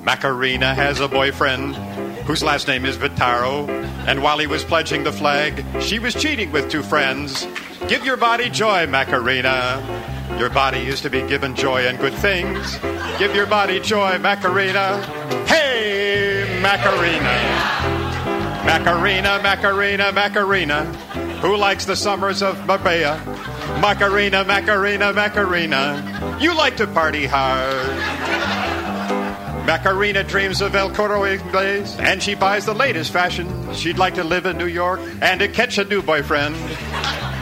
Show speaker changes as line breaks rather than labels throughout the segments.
Macarena has a boyfriend whose last name is Vitaro. And while he was pledging the flag, she was cheating with two friends. Give your body joy, Macarena. Your body is to be given joy and good things. Give your body joy, Macarena. Hey, Macarena. Macarena, Macarena, Macarena. Who likes the summers of Marbella? Macarena, Macarena, Macarena. You like to party hard. Macarena dreams of El Coro Inglés, and she buys the latest fashion. She'd like to live in New York and to catch a new boyfriend.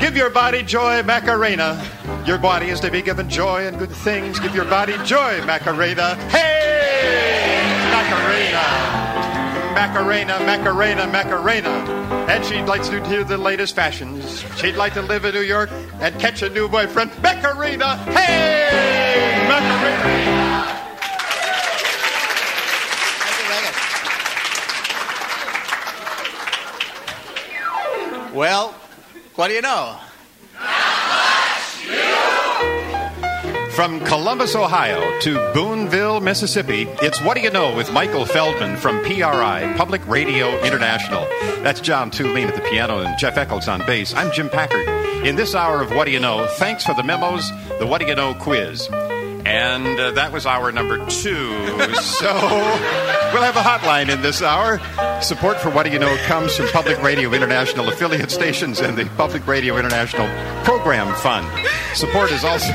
Give your body joy, Macarena. Your body is to be given joy and good things. Give your body joy, Macarena. Hey, Macarena. Macarena, Macarena, Macarena. And she likes to hear the latest fashions. She'd like to live in New York and catch a new boyfriend. Macarena. Hey, Macarena.
Well, what do you know?
From Columbus, Ohio to Booneville, Mississippi, it's What Do You Know with Michael Feldman from PRI, Public Radio International. That's John Tulane at the piano and Jeff Eccles on bass. I'm Jim Packard. In this hour of What Do You Know, thanks for the memos, the What Do You Know quiz. And uh, that was hour number two. so we'll have a hotline in this hour. Support for What Do You Know comes from Public Radio International affiliate stations and the Public Radio International Program Fund. Support is also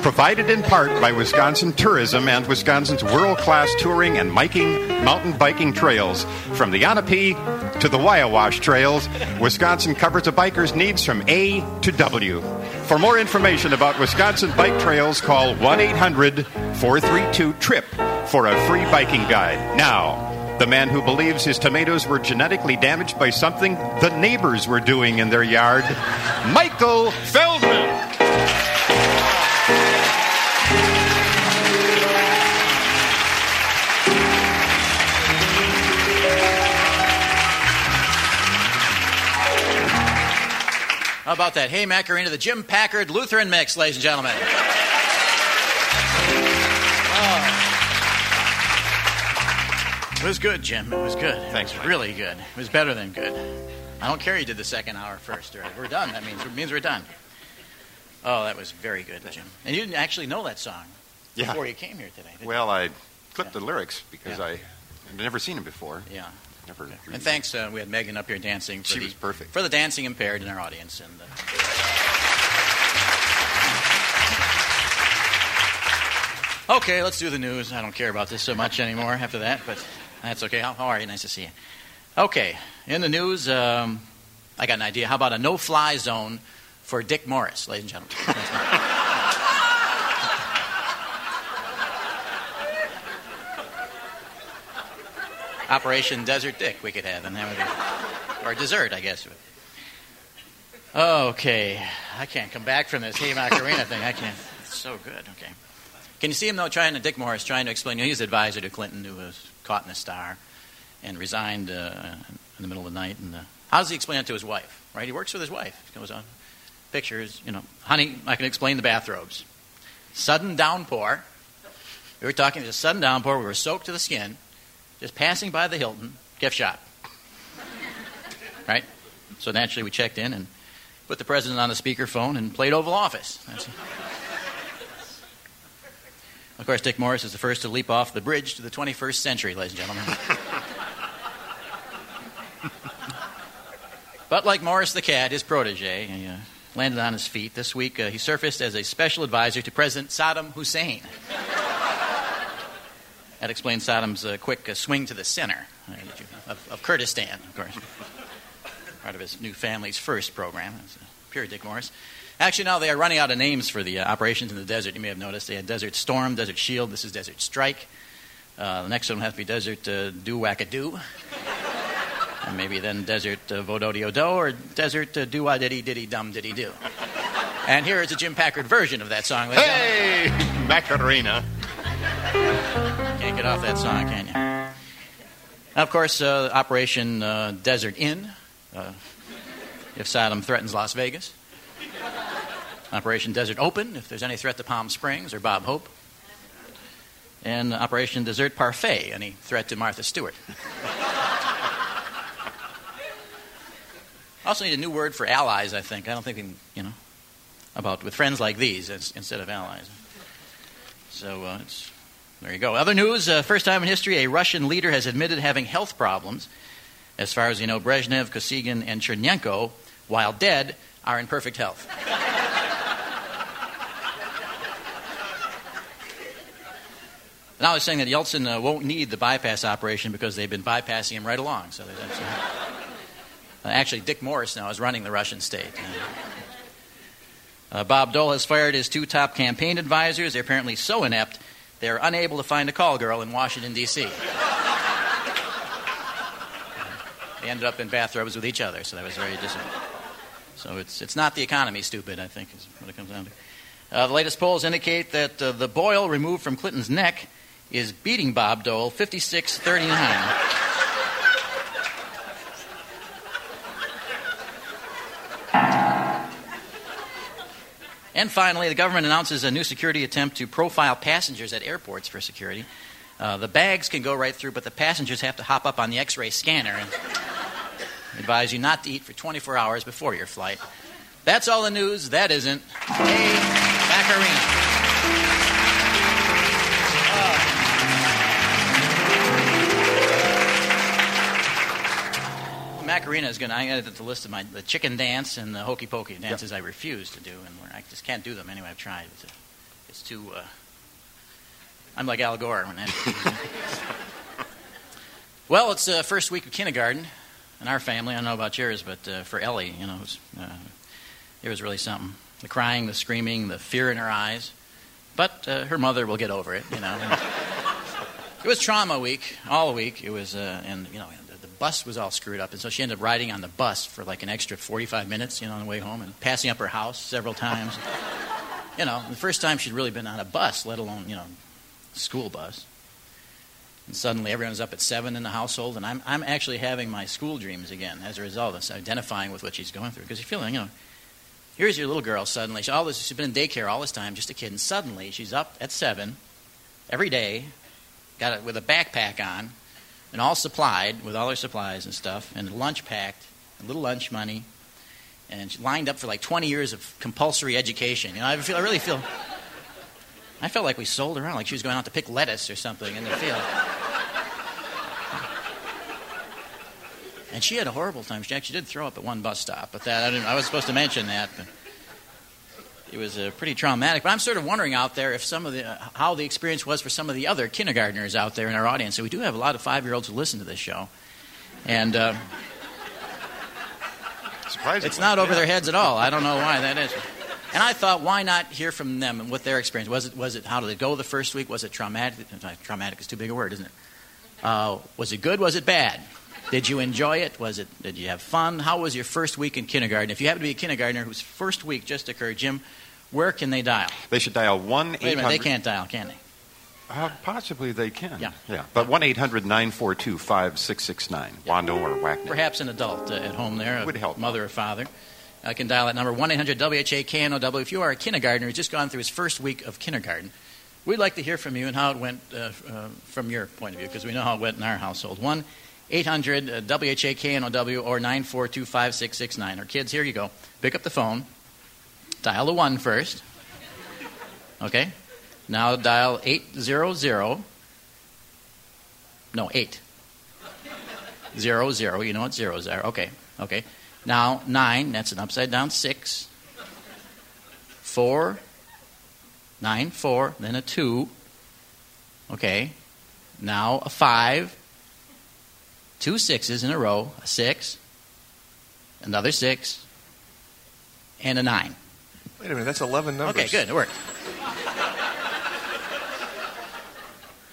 provided in part by Wisconsin Tourism and Wisconsin's world class touring and biking, mountain biking trails. From the Lenape to the Wyowash trails, Wisconsin covers a biker's needs from A to W. For more information about Wisconsin bike trails, call 1 800 432 TRIP for a free biking guide. Now, the man who believes his tomatoes were genetically damaged by something the neighbors were doing in their yard, Michael Feldman.
How about that? Hey, Macarena, the Jim Packard Lutheran mix, ladies and gentlemen. Oh. It was good, Jim. It was good. Thanks, it was really good. It was better than good. I don't care you did the second hour first. Or we're done. That means it means we're done. Oh, that was very good, Jim. And you didn't actually know that song
Yeah.
before you came here today. did you?
Well, I clipped the lyrics because
Yeah.
I had never seen him before.
yeah.
Never.
And thanks. Uh, we had Megan up here dancing. For
She
the,
was perfect.
for the dancing impaired in our audience. And uh, okay, let's do the news. I don't care about this so much anymore after that, but that's okay. How, how are you? Nice to see you. Okay, in the news, um, I got an idea. How about a no-fly zone for Dick Morris, ladies and gentlemen? Operation Desert Dick we could have, and that would be, or dessert, I guess. Okay, I can't come back from this Hey Macarena thing. I can't. It's so good. Okay, can you see him though? Trying to Dick Morris trying to explain. You know, he's advisor to Clinton, who was caught in a star and resigned uh, in the middle of the night. And uh, how does he explain it to his wife? Right, he works with his wife. He goes on pictures. You know, honey, I can explain the bathrobes. Sudden downpour. We were talking. It was a sudden downpour. We were soaked to the skin just passing by the Hilton gift shop. right? So naturally, we checked in and put the president on the speakerphone and played Oval Office. That's- of course, Dick Morris is the first to leap off the bridge to the 21st century, ladies and gentlemen. but like Morris the cat, his protege, he, uh, landed on his feet. This week, uh, he surfaced as a special advisor to President Saddam Hussein. That explains Saddam's uh, quick uh, swing to the center uh, that you- of, of Kurdistan, of course. Part of his new family's first program. It's, uh, pure Dick Morris. Actually, now they are running out of names for the uh, operations in the desert. You may have noticed they had Desert Storm, Desert Shield. This is Desert Strike. Uh, the next one will have to be Desert uh, Do Wackadoo. and maybe then Desert uh, Vododiodo or Desert uh, Do Diddy Diddy Dum Diddy Do. And here is a Jim Packard version of that song. ladies and gentlemen.
Hey, Macarena.
Can't get off that song, can you? Now, of course, uh, Operation uh, Desert Inn, uh, if Saddam threatens Las Vegas. Operation Desert Open, if there's any threat to Palm Springs or Bob Hope. and Operation Dessert Parfait, any threat to Martha Stewart. also need a new word for allies, I think. I don't think we, can, you know, about with friends like these as, instead of allies. So uh, it's, there you go. Other news uh, first time in history, a Russian leader has admitted having health problems. As far as you know, Brezhnev, Kosygin, and Chernenko, while dead, are in perfect health. And I was saying that Yeltsin uh, won't need the bypass operation because they've been bypassing him right along. So there's actually, uh, actually Dick Morris now is running the Russian state. Uh, Bob Dole has fired his two top campaign advisors. They're apparently so inept they are unable to find a call girl in Washington D.C. they ended up in bathrobes with each other, so that was very disappointing. So it's it's not the economy, stupid. I think is what it comes down to. Uh, the latest polls indicate that uh, the boil removed from Clinton's neck is beating Bob Dole 56 39. and finally, the government announces a new security attempt to profile passengers at airports for security. Uh, the bags can go right through, but the passengers have to hop up on the x ray scanner and advise you not to eat for 24 hours before your flight. That's all the news. That isn't. Hey, Macarena. Uh. Macarena is going to. I added the list of my the chicken dance and the hokey pokey dances I refuse to do, and I just can't do them anyway. I've tried. It's, it's too. Uh, I'm like Al Gore when that. well, it's uh, first week of kindergarten in our family. I don't know about yours, but uh, for Ellie, you know, it was, uh, it was really something. The crying, the screaming, the fear in her eyes. But uh, her mother will get over it, you know. it was trauma week, all week. It was, uh, and, you know, the, the bus was all screwed up. And so she ended up riding on the bus for like an extra 45 minutes, you know, on the way home and passing up her house several times. you know, the first time she'd really been on a bus, let alone, you know, school bus. And suddenly everyone's up at seven in the household, and I'm, I'm actually having my school dreams again as a result of this, identifying with what she's going through. Because you're feeling, you know, here's your little girl suddenly. She, all this, she's been in daycare all this time, just a kid, and suddenly she's up at seven every day, got it with a backpack on, and all supplied with all her supplies and stuff, and lunch packed, a little lunch money, and she lined up for like 20 years of compulsory education. You know, I, feel, I really feel. I felt like we sold her out, like she was going out to pick lettuce or something in the field. And she had a horrible time. She actually did throw up at one bus stop, but that I, didn't, I was supposed to mention that. But it was uh, pretty traumatic. But I'm sort of wondering out there if some of the uh, how the experience was for some of the other kindergartners out there in our audience. So we do have a lot of five year olds who listen to this show, and uh,
Surprisingly.
it's not over
yeah.
their heads at all. I don't know why that is. And I thought, why not hear from them and what their experience was? It was it how did it go the first week? Was it traumatic? Traumatic is too big a word, isn't it? Uh, was it good? Was it bad? Did you enjoy it? Was it? Did you have fun? How was your first week in kindergarten? If you happen to be a kindergartner whose first week just occurred, Jim, where can they dial?
They should dial 1
Wait a minute, they
800.
can't dial, can they?
Uh, possibly they can.
Yeah.
Yeah. But 1 800 942 5669. Wando or Wagner.
Perhaps an adult uh, at home there, a
Would help.
mother or father, uh, can dial that number 1 800 WHAKNOW. If you are a kindergartner who's just gone through his first week of kindergarten, we'd like to hear from you and how it went uh, uh, from your point of view, because we know how it went in our household. 1 800 WHAKNOW or 942 5669. Or kids, here you go. Pick up the phone, dial the 1 first. Okay? Now dial 800. No, 8 zero zero. You know what zeros are. Okay, okay. Now nine. That's an upside down six. Four. Nine four. Then a two. Okay. Now a five. Two sixes in a row. A six. Another six. And a nine.
Wait a minute, that's 11 numbers.
Okay, good. It worked.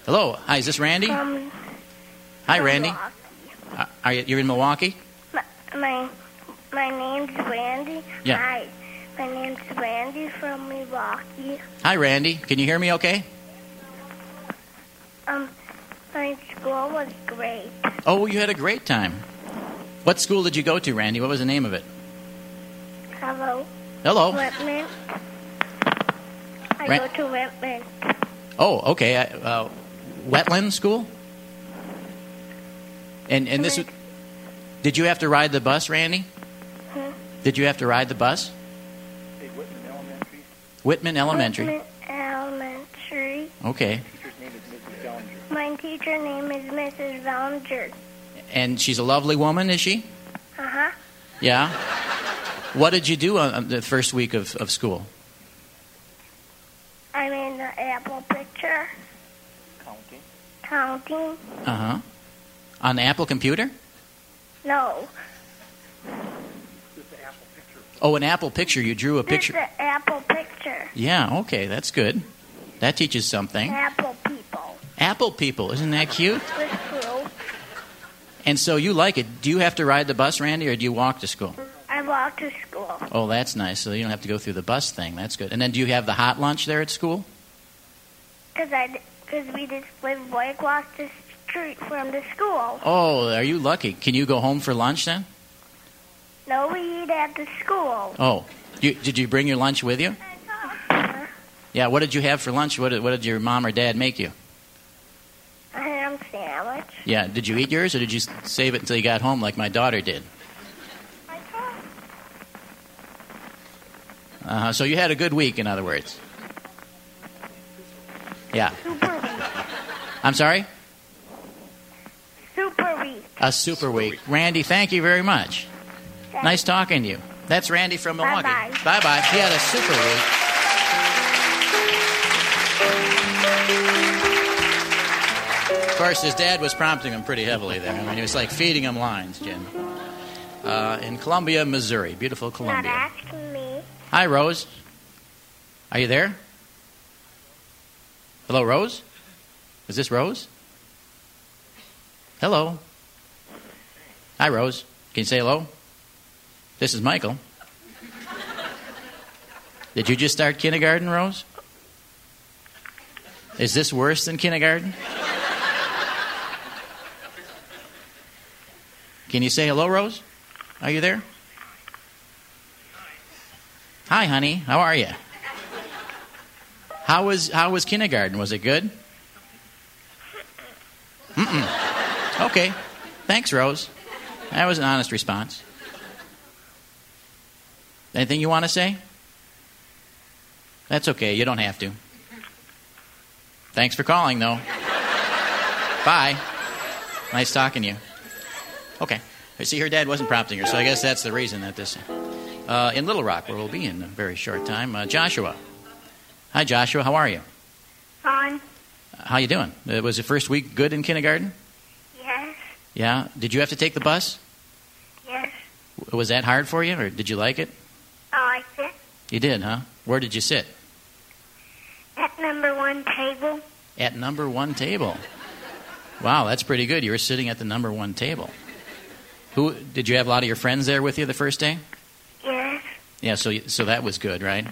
Hello. Hi, is this Randy?
Um,
Hi, Randy. Are- Are you, you're in Milwaukee?
My, my, my name's Randy.
Yeah.
Hi. My name's Randy from Milwaukee.
Hi, Randy. Can you hear me okay?
Um, my school was great.
Oh, you had a great time. What school did you go to, Randy? What was the name of it?
Hello,
Hello.
Whitman. I
Ran-
go to Whitman.
Oh, okay. I, uh, wetland school. And and this, was- did you have to ride the bus, Randy?
Hmm?
Did you have to ride the bus?
Hey, Whitman Elementary.
Whitman Elementary.
Whitman Elementary.
Okay.
Teacher's name is Mrs. Bellinger.
My teacher name is Mrs. Vallinger.
And she's a lovely woman, is she?
Uh huh.
Yeah. What did you do on on the first week of, of school?
I made the apple picture,
Counting.
counting.
Uh huh. On the Apple computer?
No,
This is the Apple picture.
Oh, an Apple picture. You drew a
this is
picture.
the apple picture.
Yeah, okay, that's good. That teaches something.
Apple people
Apple people, isn't that cute?
with crew.
And so you like it. Do you have to ride the bus, Randy, or do you walk to school?
I walk to school.
Oh, that's nice. So you don't have to go through the bus thing. That's good. And then do you have the hot lunch there at school?
Cause I, d- cause we just live way across the street from the school.
Oh, are you lucky? Can you go home for lunch then?
No, we eat at the school.
Oh, you, did you bring your lunch with you?
I
Yeah, what did you have for lunch? What did, what did your mom or dad make you?
ham sandwich.
Yeah, did you eat yours or did you s- save it until you got home like my daughter did? Uh-huh. So you had a good week, in other words. Yeah.
Super week.
I'm sorry?
Super week.
A super week. Randy, thank you very much. Nice talking to you. That's Randy from Milwaukee.
Bye-bye.
Bye bye. He had a super week. Of course, his dad was prompting him pretty heavily there. I mean, he was like feeding him lines, Jim. Uh, in Columbia, Missouri. Beautiful
Not
Columbia.
asking me.
Hi, Rose. Are you there? Hello, Rose? Is this Rose? Hello. Hi, Rose. Can you say hello? This is Michael. Did you just start kindergarten, Rose? Is this worse than kindergarten? Can you say hello, Rose? Are you there? Hi, honey. How are you? How was how was kindergarten? Was it good? Mm-mm. Okay. Thanks, Rose. That was an honest response. Anything you want to say? That's okay. You don't have to. Thanks for calling, though. Bye. Nice talking to you. Okay. I see her dad wasn't prompting her, so I guess that's the reason that this uh, in Little Rock, where we'll be in a very short time. Uh, Joshua, hi Joshua, how are you?
Fun.
How you doing? Uh, was the first week good in kindergarten?
Yes.
Yeah. Did you have to take the bus?
Yes. Oh,
W- Was that hard for you, or did you like it?
I like it.
You did, huh? Where did you sit?
At number one table.
At number one table. Wow, that's pretty good. You were sitting at the number one table. Who did you have a lot of your friends there with you the first day?
Yes.
Yeah. So you- so that was good, right?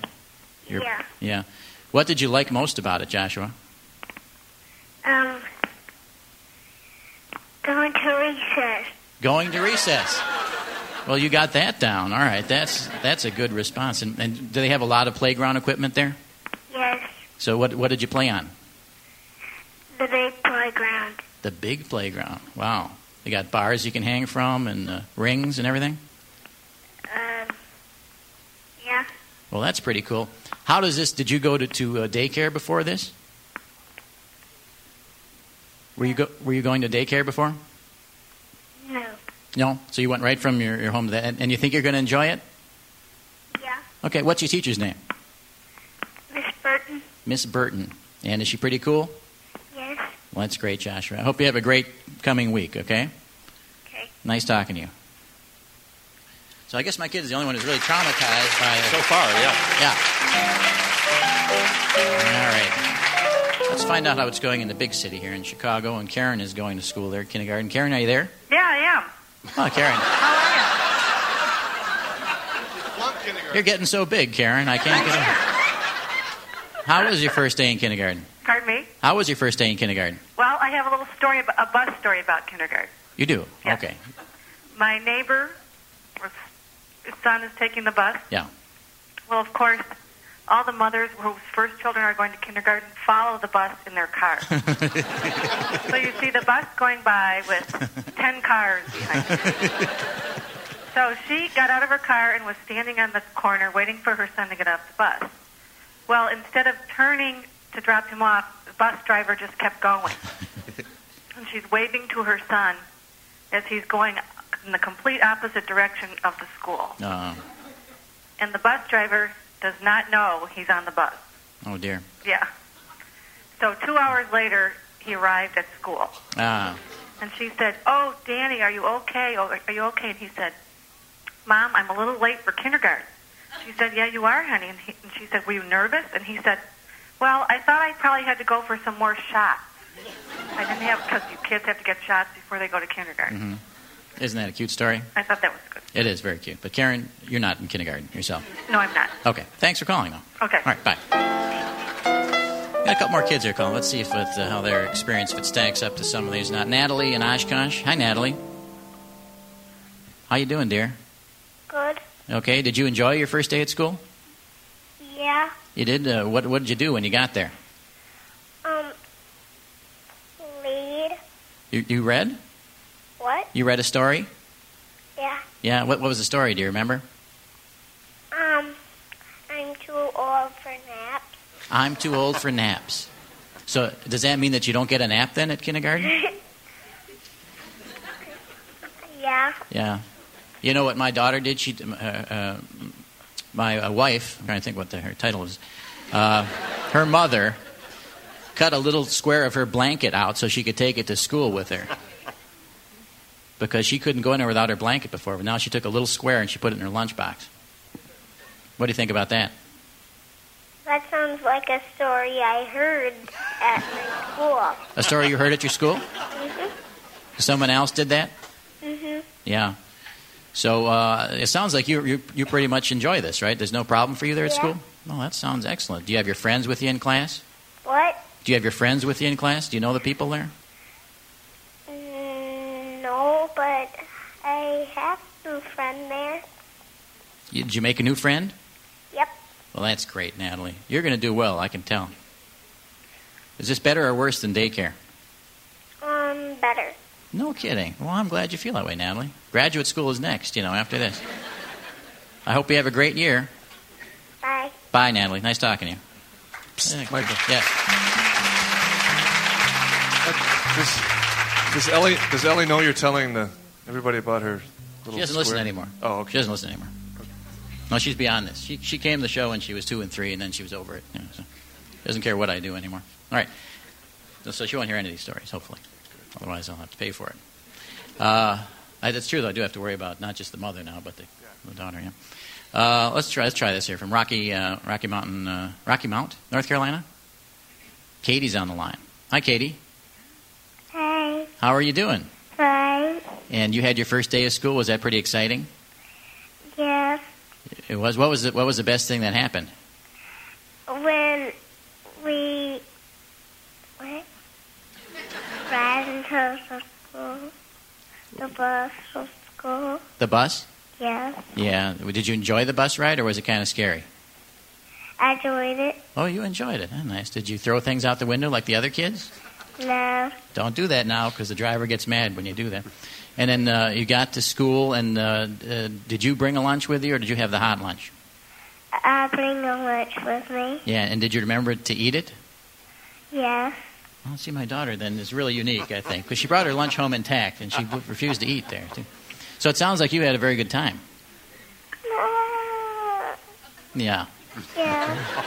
Your-
Yeah.
Yeah. What did you like most about it, Joshua?
Um. Going to recess.
going to recess. Well, you got that down. All right, that's that's a good response. And, and do they have a lot of playground equipment there?
Yes.
So what what did you play on?
The big playground.
The big playground. Wow, they got bars you can hang from and uh, rings and everything.
Um. Yeah.
Well, that's pretty cool. How does this? Did you go to to uh, daycare before this? Were you go, Were you going to daycare before?
No.
No. So you went right from your, your home to that, and, and you think you're going to enjoy it?
Yeah.
Okay. What's your teacher's name?
Miss Burton.
Miss Burton. And is she pretty cool?
Yes.
Well, that's great, Joshua. I hope you have a great coming week, okay?
Okay.
Nice talking to you. So I guess my kid is the only one who's really traumatized by
So far, yeah.
Yeah. All right. Let's find out how it's going in the big city here in Chicago. And Karen is going to school there, kindergarten. Karen, are you there?
Yeah, I am.
Oh, Karen,
How
you're getting so big, Karen. I can't get it. How was your first day in kindergarten?
are you? Pardon me?
How was your first day in kindergarten?
Well, I have a little story, ab- a bus story about kindergarten.
You do?
Yeah.
Okay.
My neighbor, his son is taking the bus.
Yeah.
Well, of course, all the mothers whose first children are going to kindergarten follow the bus in their car. so you see the bus going by with 10 cars behind it. So she got out of her car and was standing on the corner waiting for her son to get off the bus. Well, instead of turning to drop him off, the bus driver just kept going. and she's waving to her son as he's going in the complete opposite direction of the school.
Uh,
And the bus driver does not know he's on the bus.
oh dear.
Yeah. So two hours later, he arrived at school.
Ah,
And she said, Oh, Danny, are you okay? Oh, are you okay? And he said, Mom, I'm a little late for kindergarten. She said, Yeah, you are, honey. And, he, and she said, Were you nervous? And he said, Well, I thought I probably had to go for some more shots. I didn't have, because you kids have to get shots before they go to kindergarten.
mm-hmm. isn't that a cute story?
I thought that was good.
It is very cute. But Karen, you're not in kindergarten yourself.
No, I'm not.
Okay. Thanks for calling, though.
Okay.
All right. Bye. Got a couple more kids here calling. Let's see if it, uh, how their experience if it stacks up to some of these. Not Natalie in Oshkosh. Hi, Natalie. How you doing, dear?
Good.
Okay. Did you enjoy your first day at school?
Yeah.
You did. Uh, what What did you do when you got there?
Um. Lead.
You, you read?
What?
You read a story?
Yeah.
Yeah. What What was the story? Do you remember?
Um. I'm too old for naps.
I'm too old for naps. So does that mean that you don't get a nap then at kindergarten?
Yeah.
Yeah. You know what my daughter did? She, uh, uh, my uh, wife, I'm trying to think what the, her title is. Uh, her mother cut a little square of her blanket out so she could take it to school with her. Because she couldn't go in there without her blanket before. But now she took a little square and she put it in her lunchbox. What do you think about that?
That sounds like a story I heard at my school.
A story you heard at your school?
Mhm.
Someone else did that?
Mhm.
Yeah. So uh, it sounds like you, you you pretty much enjoy this, right? There's no problem for you there at
Yeah.
school. Well, that sounds excellent. Do you have your friends with you in class?
What?
Do you have your friends with you in class? Do you know the people there?
Mm, no, but I have a friend there.
You, did you make a new friend?
Yep.
Well, that's great, Natalie. You're going to do well, I can tell. Is this better or worse than daycare?
Um. Better.
No kidding. Well, I'm glad you feel that way, Natalie. Graduate school is next, you know, after this. I hope you have a great year.
Bye.
Bye, Natalie. Nice talking to you. Yeah,
Michael.
Yes.
Does, does Ellie does Ellie know you're telling the everybody about her? Little
She doesn't
square?
listen anymore.
Oh, okay.
She doesn't listen anymore. No, she's beyond this. She she came to the show and she was two and three, and then she was over it. You know, so doesn't care what I do anymore. All right. So she won't hear any of these stories, hopefully. Otherwise, I'll have to pay for it. Uh, I, that's true, though. I do have to worry about not just the mother now, but the, the daughter. Yeah. Uh, let's try. Let's try this here from Rocky uh, Rocky Mountain uh, Rocky Mount, North Carolina. Katie's on the line. Hi, Katie.
Hi.
How are you doing?
Fine.
And you had your first day of school. Was that pretty exciting?
Yes.
It was. What was the, what was the best thing that happened?
When we what? Ride into the school, the bus from school.
The bus?
Yes.
Yeah. Did you enjoy the bus ride, or was it kind of scary?
I enjoyed it.
Oh, you enjoyed it. Huh? Nice. Did you throw things out the window like the other kids?
No.
Don't do that now, because the driver gets mad when you do that. And then uh, you got to school, and uh, uh, did you bring a lunch with you, or did you have the hot lunch?
I bring the lunch with me.
Yeah. And did you remember to eat it?
Yes.
Well, see, my daughter then is really unique, I think, because she brought her lunch home intact, and she w- refused to eat there. Too. So it sounds like you had a very good time.
No.
Yeah.
Yes.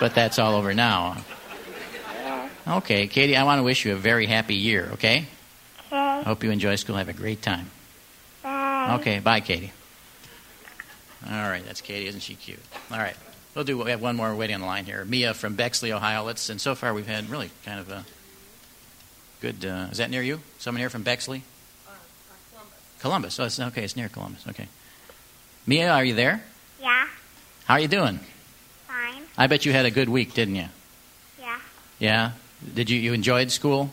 But that's all over now. Okay, Katie, I want to wish you a very happy year, okay?
Okay.
Hope you enjoy school. Have a great time.
Bye.
Oh, Okay, bye, Katie. All right, that's Katie. Isn't she cute? All right, we'll do. We have one more waiting on the line here. Mia from Bexley, Ohio. Let's. And so far, we've had really kind of a good. Uh, is that near you? Someone here from Bexley?
Uh,
Columbus. Oh, it's okay. It's near Columbus. Okay. Mia, are you there?
Yeah.
How are you doing?
Fine.
I bet you had a good week, didn't you?
Yeah.
Yeah. Did you you enjoyed school?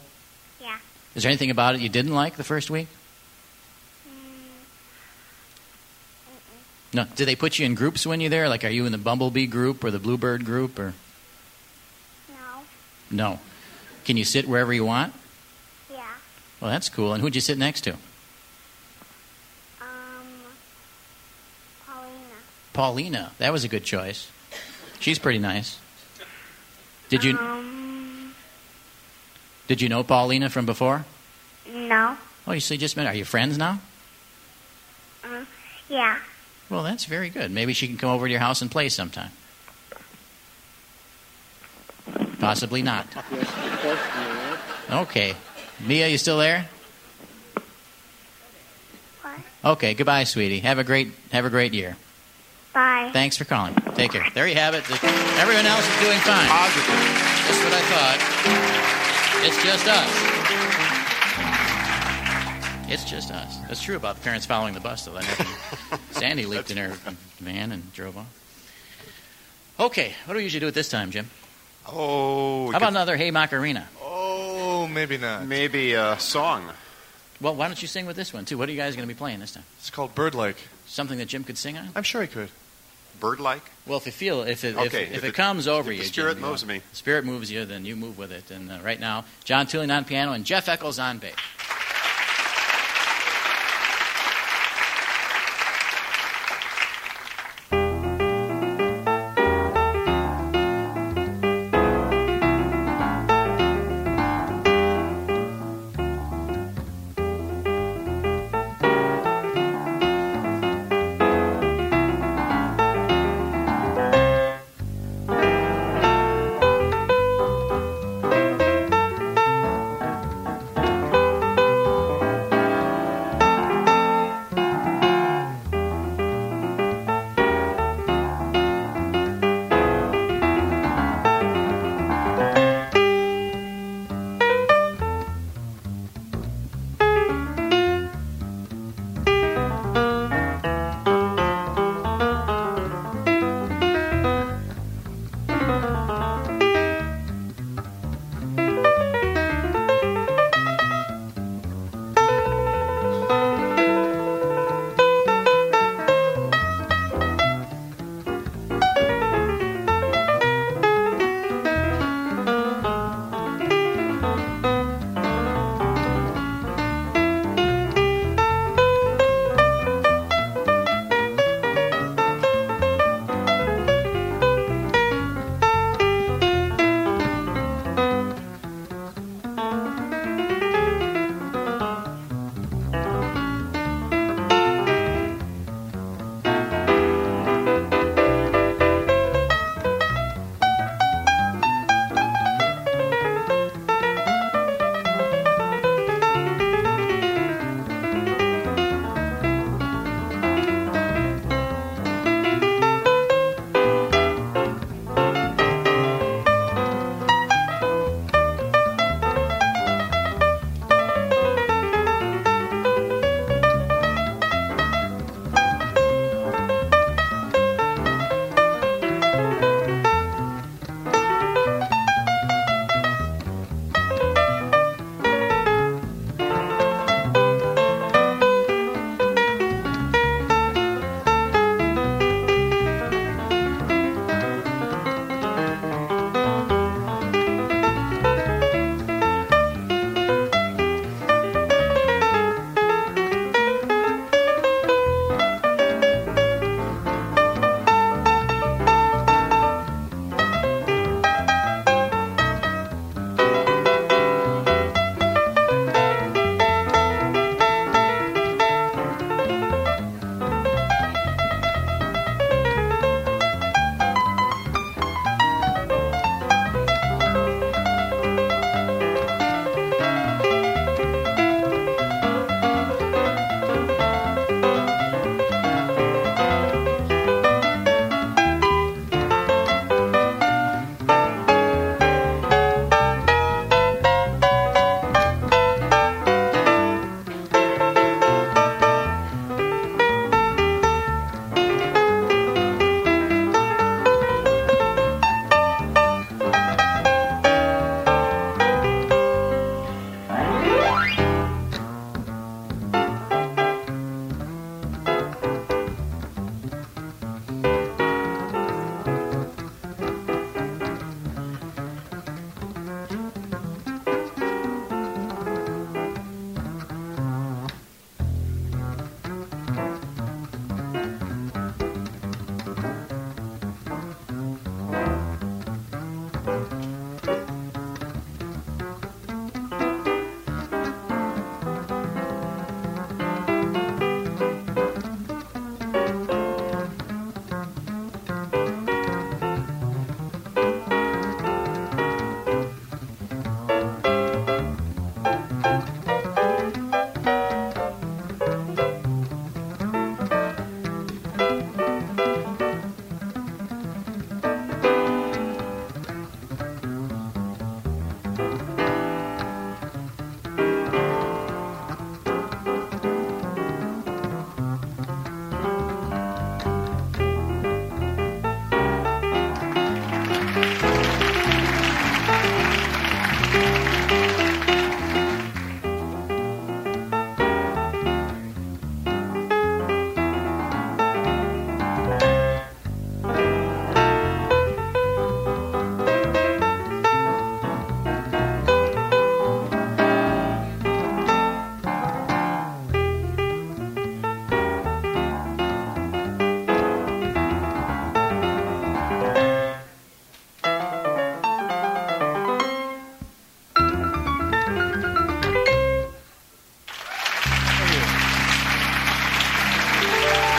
Yeah.
Is there anything about it you didn't like the first week?
Mm.
No. Do they put you in groups when you're there? Like, are you in the bumblebee group or the bluebird group or
No.
no? Can you sit wherever you want?
Yeah.
Well, that's cool. And who'd you sit next to?
Um. Paulina.
Paulina. That was a good choice. She's pretty nice. Did you
Um.
did you know Paulina from before?
No.
Oh, you see, just met. Are you friends now?
Uh, yeah.
Well, that's very good. Maybe she can come over to your house and play sometime. Possibly not. Okay. Mia, you still there?
What?
Okay, goodbye, sweetie. Have a great have a great year.
Bye.
Thanks for calling. Take care. There you have it. The- Everyone else is doing fine.
Positive.
That's what I thought. It's just us. It's just us. That's true about the parents following the bus, though. That happened. Sandy leaped in her van and drove off. Okay, what do we usually do at this time, Jim?
Oh, we
How about
could-
another Hey Macarena?
Oh, maybe not.
maybe a song.
Well, why don't you sing with this one, too? What are you guys going to be playing this time?
It's called Bird Lake.
Something that Jim could sing on?
I'm sure he could.
Bird like?
Well, if you feel, if it,
Okay,
if, if,
if
it,
it-
comes over
if
you,
the spirit
Jim, you
moves
know,
me.
Spirit moves you, then you move with it. And uh, right now, John Tooling on piano and Jeff Eccles on bass.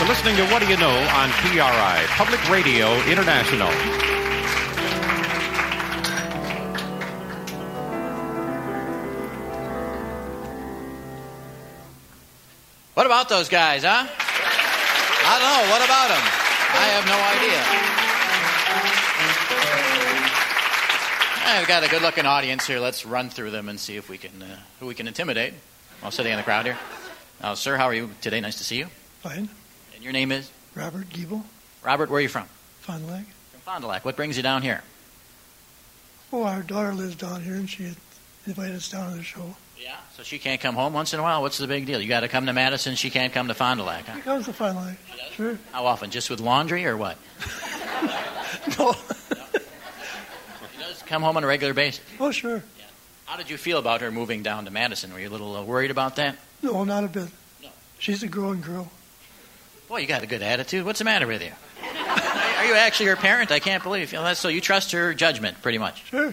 listening to What Do You Know on PRI, Public Radio International.
What about those guys, huh? I don't know. What about them? I have no idea. I've got a good-looking audience here. Let's run through them and see if we can uh, who we can intimidate. While sitting in the crowd here. Uh, sir, how are you today? Nice to see you.
Fine.
And your name is
Robert Giebel,
Robert. Where are you from?
Fond du Lac.
From Fond du Lac. What brings you down here?
Oh, our daughter lives down here, and she had invited us down to the show.
Yeah. So she can't come home once in a while. What's the big deal? You got to come to Madison. She can't come to Fond du Lac. Huh?
She comes to Fond du Lac. Sure.
How often? Just with laundry or what?
No.
She does come home on a regular basis.
oh, sure.
How did you feel about her moving down to Madison? Were you a little uh, worried about that?
No, not a bit.
No.
She's a growing girl.
Boy, you got a good attitude. What's the matter with you? Are you actually her parent? I can't believe you know, that's so. You trust her judgment, pretty much.
Sure.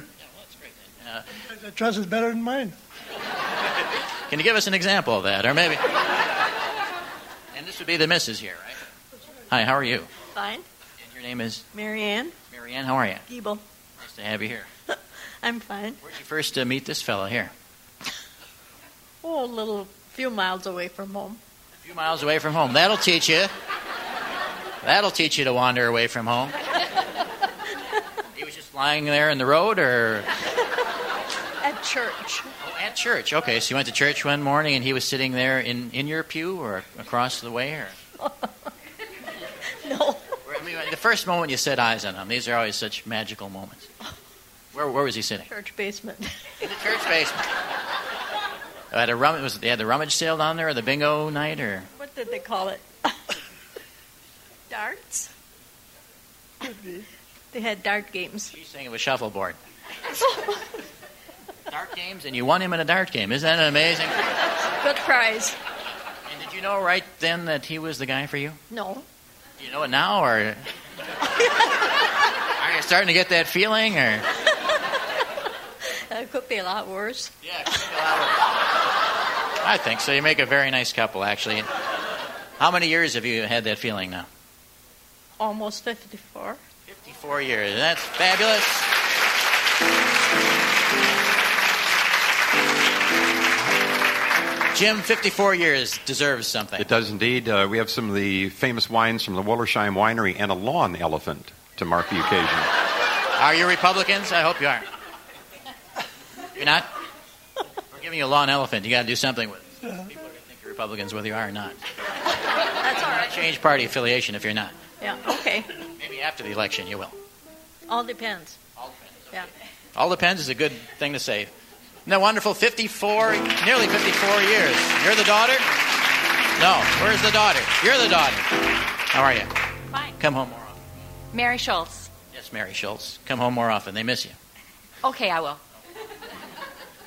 Her dress is better than mine.
Can you give us an example of that, or maybe? and this would be the missus here, right? Hi, how are you?
Fine.
And your name is
Marianne
Marianne. How are you?
Giebel.
Nice to have you here.
I'm fine.
Where'd you first uh, meet this fella here?
Oh, a little few miles away from home.
A few miles away from home. That'll teach you. That'll teach you to wander away from home. he was just lying there in the road, or
At church.
Oh, at church. Okay, so you went to church one morning and he was sitting there in, in your pew or across the way? Or,
No.
where- I mean, the first moment you set eyes on him, these are always such magical moments. Where, where was he sitting?
Church basement.
In the church basement. At a rum, was, they had the rummage sale down there or the bingo night or
What did they call it? Darts?
Could be.
They had dart games.
he's saying it was shuffleboard. Dart games and you won him in a dart game. Isn't that amazing?
Good prize.
And did you know right then that he was the guy for you?
No.
Do you know it now, or are you starting to get that feeling? Or
Uh, It could be a lot worse.
yeah, I think so. You make a very nice couple, actually. How many years have you had that feeling now?
Almost 54.
Fifty-four years. That's fabulous. Jim, 54 years deserves something.
It does indeed. Uh, we have some of the famous wines from the Wollersheim Winery and a lawn elephant to mark the occasion.
Are you Republicans? I hope you are. You're not? We're giving you a lawn elephant. You got to do something with it. People are going to think you're Republicans whether you are or not.
That's all right.
Change party affiliation if you're not.
Yeah, okay.
Maybe after the election you will.
All depends. Yeah.
All depends is a good thing to say. Isn't that wonderful? 54, nearly 54 years. You're the daughter? No. Where's the daughter? You're the daughter. How are you?
Fine.
Come home more often.
Mary Schultz.
Yes, Mary Schultz. Come home more often. They miss you.
Okay, I will.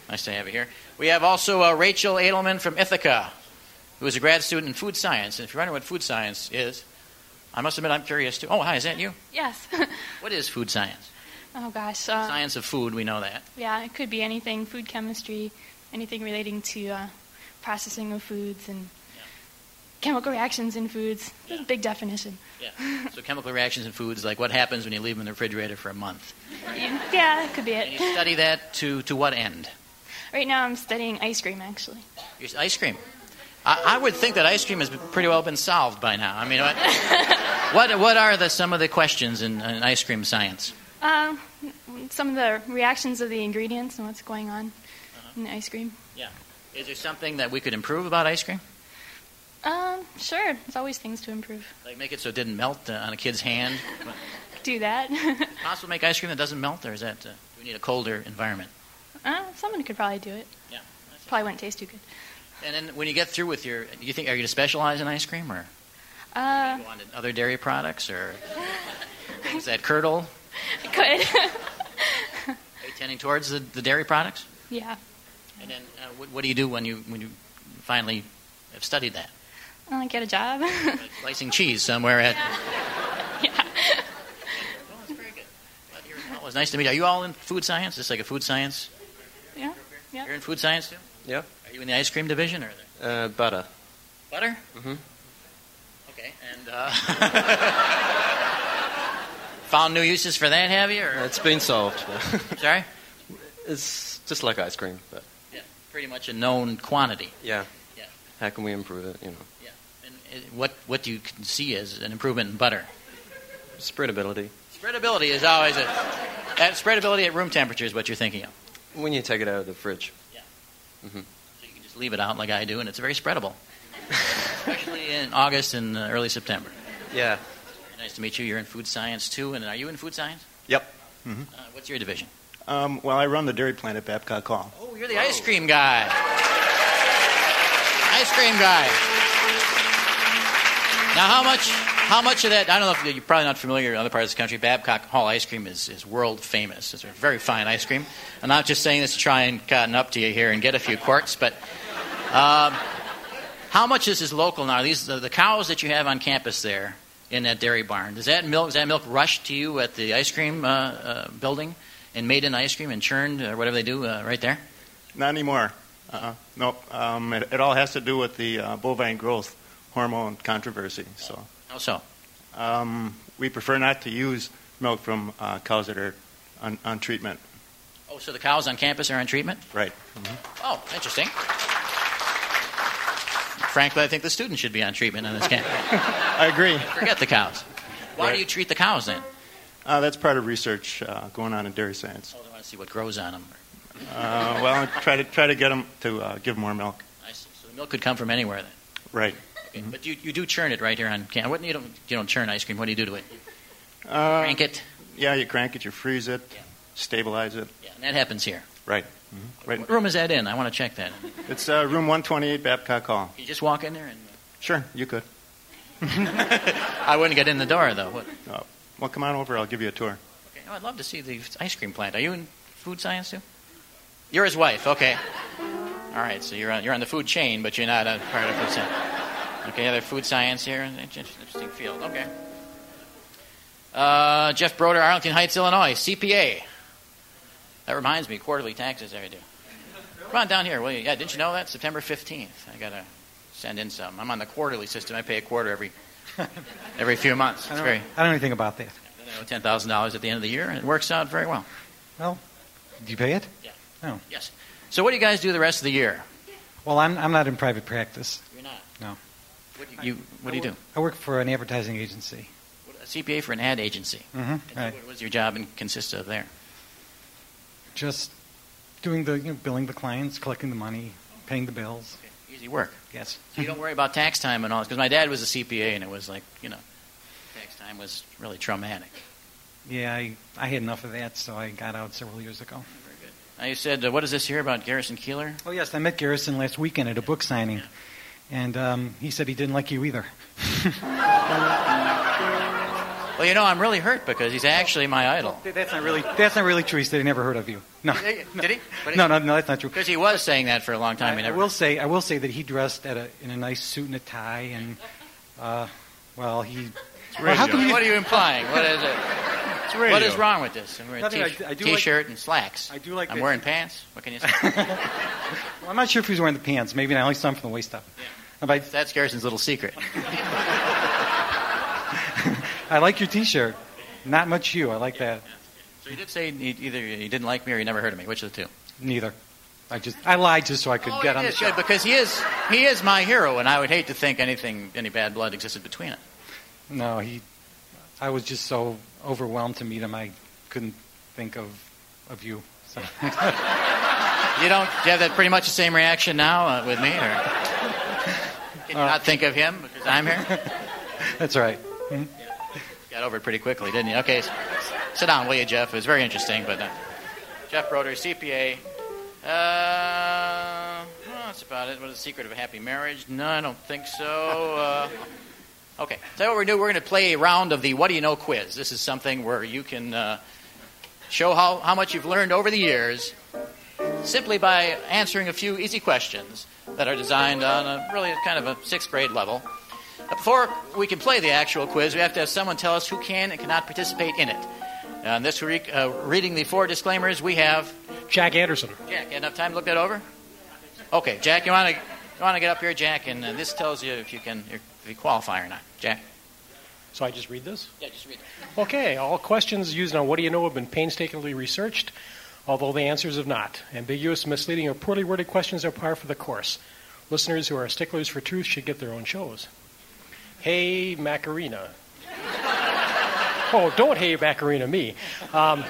Nice to have you here. We have also uh, Rachel Edelman from Ithaca, who is a grad student in food science. And if you're wondering what food science is, I must admit I'm curious too. Oh, hi, is that you?
Yes.
What is food science?
oh gosh. Uh,
Science of food, we know that.
Yeah, it could be anything: food chemistry, anything relating to uh, processing of foods and chemical reactions in foods. That's a big definition.
Yeah. So chemical reactions in foods, like what happens when you leave them in the refrigerator for a month.
yeah, that could be
And you
it.
study that to, to what end?
Right now, I'm studying ice cream actually.
Your ice cream. I, I would think that ice cream has pretty well been solved by now. I mean, what, what, what are the, some of the questions in, in ice cream science?
Um, some of the reactions of the ingredients and what's going on
Uh-huh.
in the ice cream.
Is there something that we could improve about ice cream?
Um, sure. There's always things to improve.
Like make it so it didn't melt uh, on a kid's hand?
Do that.
possible to make ice cream that doesn't melt, or is that uh, we need a colder environment?
uh, someone could probably do it.
Yeah.
Probably wouldn't taste too good.
And then when you get through with your, you think are you going to specialize in ice cream, or
Uh,
go on to other dairy products, or things that curdle?
could.
Are you tending towards the, the dairy products?
yeah.
And then uh, what, what do you do when you when you finally have studied that?
Uh, get a job.
Like slicing cheese somewhere at.
yeah.
Well, that's very good. Well, you're- well, oh, it was nice to meet you. Are you all in food science? Is this like a food science?
Yeah. Yeah.
You're in food science too.
Yeah.
Are you in the ice cream division or the
Uh, butter.
butter?
Mhm.
Okay. Okay, and uh, found new uses for that, have you? Or?
It's been solved. but-
Sorry?
It's just like ice cream, but
Yeah, pretty much a known quantity.
yeah.
Yeah.
How can we improve it? You know,
And it- what what you can see is an improvement in butter.
spreadability.
Spreadability is always a at spreadability at room temperature is what you're thinking of.
When you take it out of the fridge. Mm-hmm.
Just leave it out like I do, and it's very spreadable, especially in August and uh, early September.
Yeah.
Very nice to meet you. You're in food science too, and are you in food science?
Yep.
Uh, what's your division?
Mm-hmm. Um, well, I run the dairy plant at Babcock Hall.
Oh, you're the ice cream guy. ice cream guy. Now, how much? How much of that? I don't know if you're probably not familiar in other parts of the country. Babcock Hall ice cream is, is world famous. It's a very fine ice cream. I'm not just saying this to try and cotton up to you here and get a few quarts, but um, how much is this local now? These the, the cows that you have on campus there in that dairy barn. Does that milk? Is that milk rushed to you at the ice cream uh, uh, building and made in ice cream and churned or whatever they do uh, right there?
Not anymore. Uh-uh. Nope. Um, it, it all has to do with the uh, bovine growth hormone controversy. So.
How Oh, so?
Um, we prefer not to use milk from uh, cows that are on, on treatment.
Oh, so the cows on campus are on treatment?
Right.
Oh, interesting. Frankly, I think the students should be on treatment on this campus.
I agree.
Forget the cows. Why do you treat the cows then?
Uh, that's part of research uh, going on in dairy science.
I want to Oh, see what grows on them.
Uh, well, I try to try to get them to uh, give more milk.
I see. So the milk could come from anywhere then.
Right.
Okay. But you, you do churn it right here on campus. What, you, don't, you don't churn ice cream. What do you do to it?
Uh,
crank it.
Yeah, you crank it. You freeze it. Stabilize it.
Yeah, and that happens here.
Right. Mm-hmm. Right.
What room is that in? I want to check that. Can
It's uh, room 128, Babcock Hall.
you just walk in there? and
Sure, you could.
I wouldn't get in the door, though. What?
No. Uh, Well, come on over. I'll give you a tour.
Okay. Oh, I'd love to see the ice cream plant. Are you in food science, too? You're his wife. Okay. All right, so you're on, you're on the food chain, but you're not a part of food science. Okay, other food science here. Interesting field. Okay. Uh, Jeff Broder, Arlington Heights, Illinois, CPA. That reminds me, quarterly taxes there I do. Come on down here, will you? Yeah, didn't you know that? September 15th. I got to send in some. I'm on the quarterly system. I pay a quarter every every few months. It's
I don't,
very,
I don't know anything about that.
I owe $10,000 at the end of the year, and it works out very well.
Well, do you pay it?
Yeah.
No.
Yes. So what do you guys do the rest of the year?
Well, I'm, I'm not in private practice.
You're not.
No.
What do you, what do, you do?
I work for an advertising agency.
A CPA for an ad agency.
hmm Right.
What does your job and consist of there?
Just doing the, you know, billing the clients, collecting the money, paying the bills.
Easy work.
Yes.
So you don't worry about tax time and all, because my dad was a CPA, and it was like, you know, tax time was really traumatic.
Yeah, I, I had enough of that, so I got out several years ago.
Now you said, uh, what is this here about Garrison Keeler?
Oh, yes, I met Garrison last weekend at a book signing, and um, he said he didn't like you either.
Well, you know, I'm really hurt because he's actually my idol.
That's not really. That's not really true. He said he never heard of you. No.
Did he?
No, no, no, that's not true.
Because he was saying that for a long time. He
I
never.
will say, I will say that he dressed at a, in a nice suit and a tie, and uh, well, he. Well, how can you-
what are you implying? What is it?
radio.
What is wrong with this? I'm wearing a
Nothing, I-
t-
I do like-
t-shirt and slacks. I do like. I'm
that-
wearing pants. What can you say?
Well, I'm not sure if he was wearing the pants. Maybe I only saw him from the waist up. But I-
That's Garrison's little secret.
I like your T-shirt. Not much you. I like that.
So you did say he, either he didn't like me or he never heard of me. Which of the two?
Neither. I just I lied just so I could
Oh,
get
you
on the
did,
show.
good, because he is he is my hero, and I would hate to think anything any bad blood existed between us.
No, he. I was just so overwhelmed to meet him. I couldn't think of of you. So.
You don't you have that pretty much the same reaction now uh, with me, or can you
Uh,
not think of him because I'm here?
That's all right. Mhm.
Got over it pretty quickly, didn't you? Okay, s- sit down, will you, Jeff? It was very interesting, but uh, Jeff Broder, CPA. Uh, well, that's about it. What is the secret of a happy marriage? No, I don't think so. Uh, okay, so what we're doing, we're going to play a round of the What Do You Know quiz. This is something where you can uh, show how, how much you've learned over the years simply by answering a few easy questions that are designed on a really kind of a sixth grade level. But Before we can play the actual quiz, we have to have someone tell us who can and cannot participate in it. And this week, uh, reading the four disclaimers, we have
Jack Anderson.
Jack. Got enough time to look that over? Okay, Jack, you want to you want to get up here, Jack, and uh, this tells you if you can your if you qualify or not. Jack?
So I just read this?
Yeah, just read it.
Okay, all questions used on What Do You Know have been painstakingly researched, although the answers have not. Ambiguous, misleading, or poorly worded questions are par for the course. Listeners who are sticklers for truth should get their own shows. Hey, Macarena. oh, don't hey, Macarena, me. Um,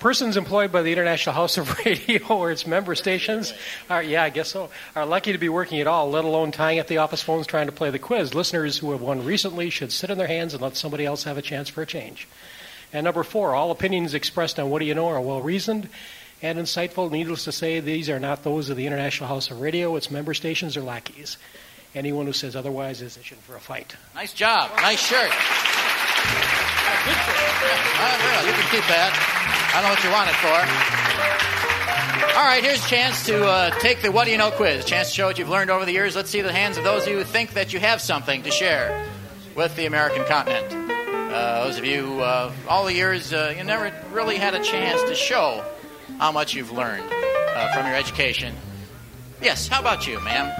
persons employed by the International House of Radio or its member stations are, yeah, I guess so, are lucky to be working at all, let alone tying up the office phones trying to play the quiz. Listeners who have won recently should sit on their hands and let somebody else have a chance for a change. And number four, all opinions expressed on What Do You Know are well reasoned and insightful. Needless to say, these are not those of the International House of Radio, its member stations, or lackeys. Anyone who says otherwise is itching for a fight.
Nice job. Nice shirt. Uh, yeah, you can keep that. I don't know what you want it for. All right, here's a chance to uh, take the What Do You Know quiz. A chance to show what you've learned over the years. Let's see the hands of those of you who think that you have something to share with the American continent. Uh, those of you, uh, all the years, uh, you never really had a chance to show how much you've learned uh, from your education. Yes, how about you, ma'am?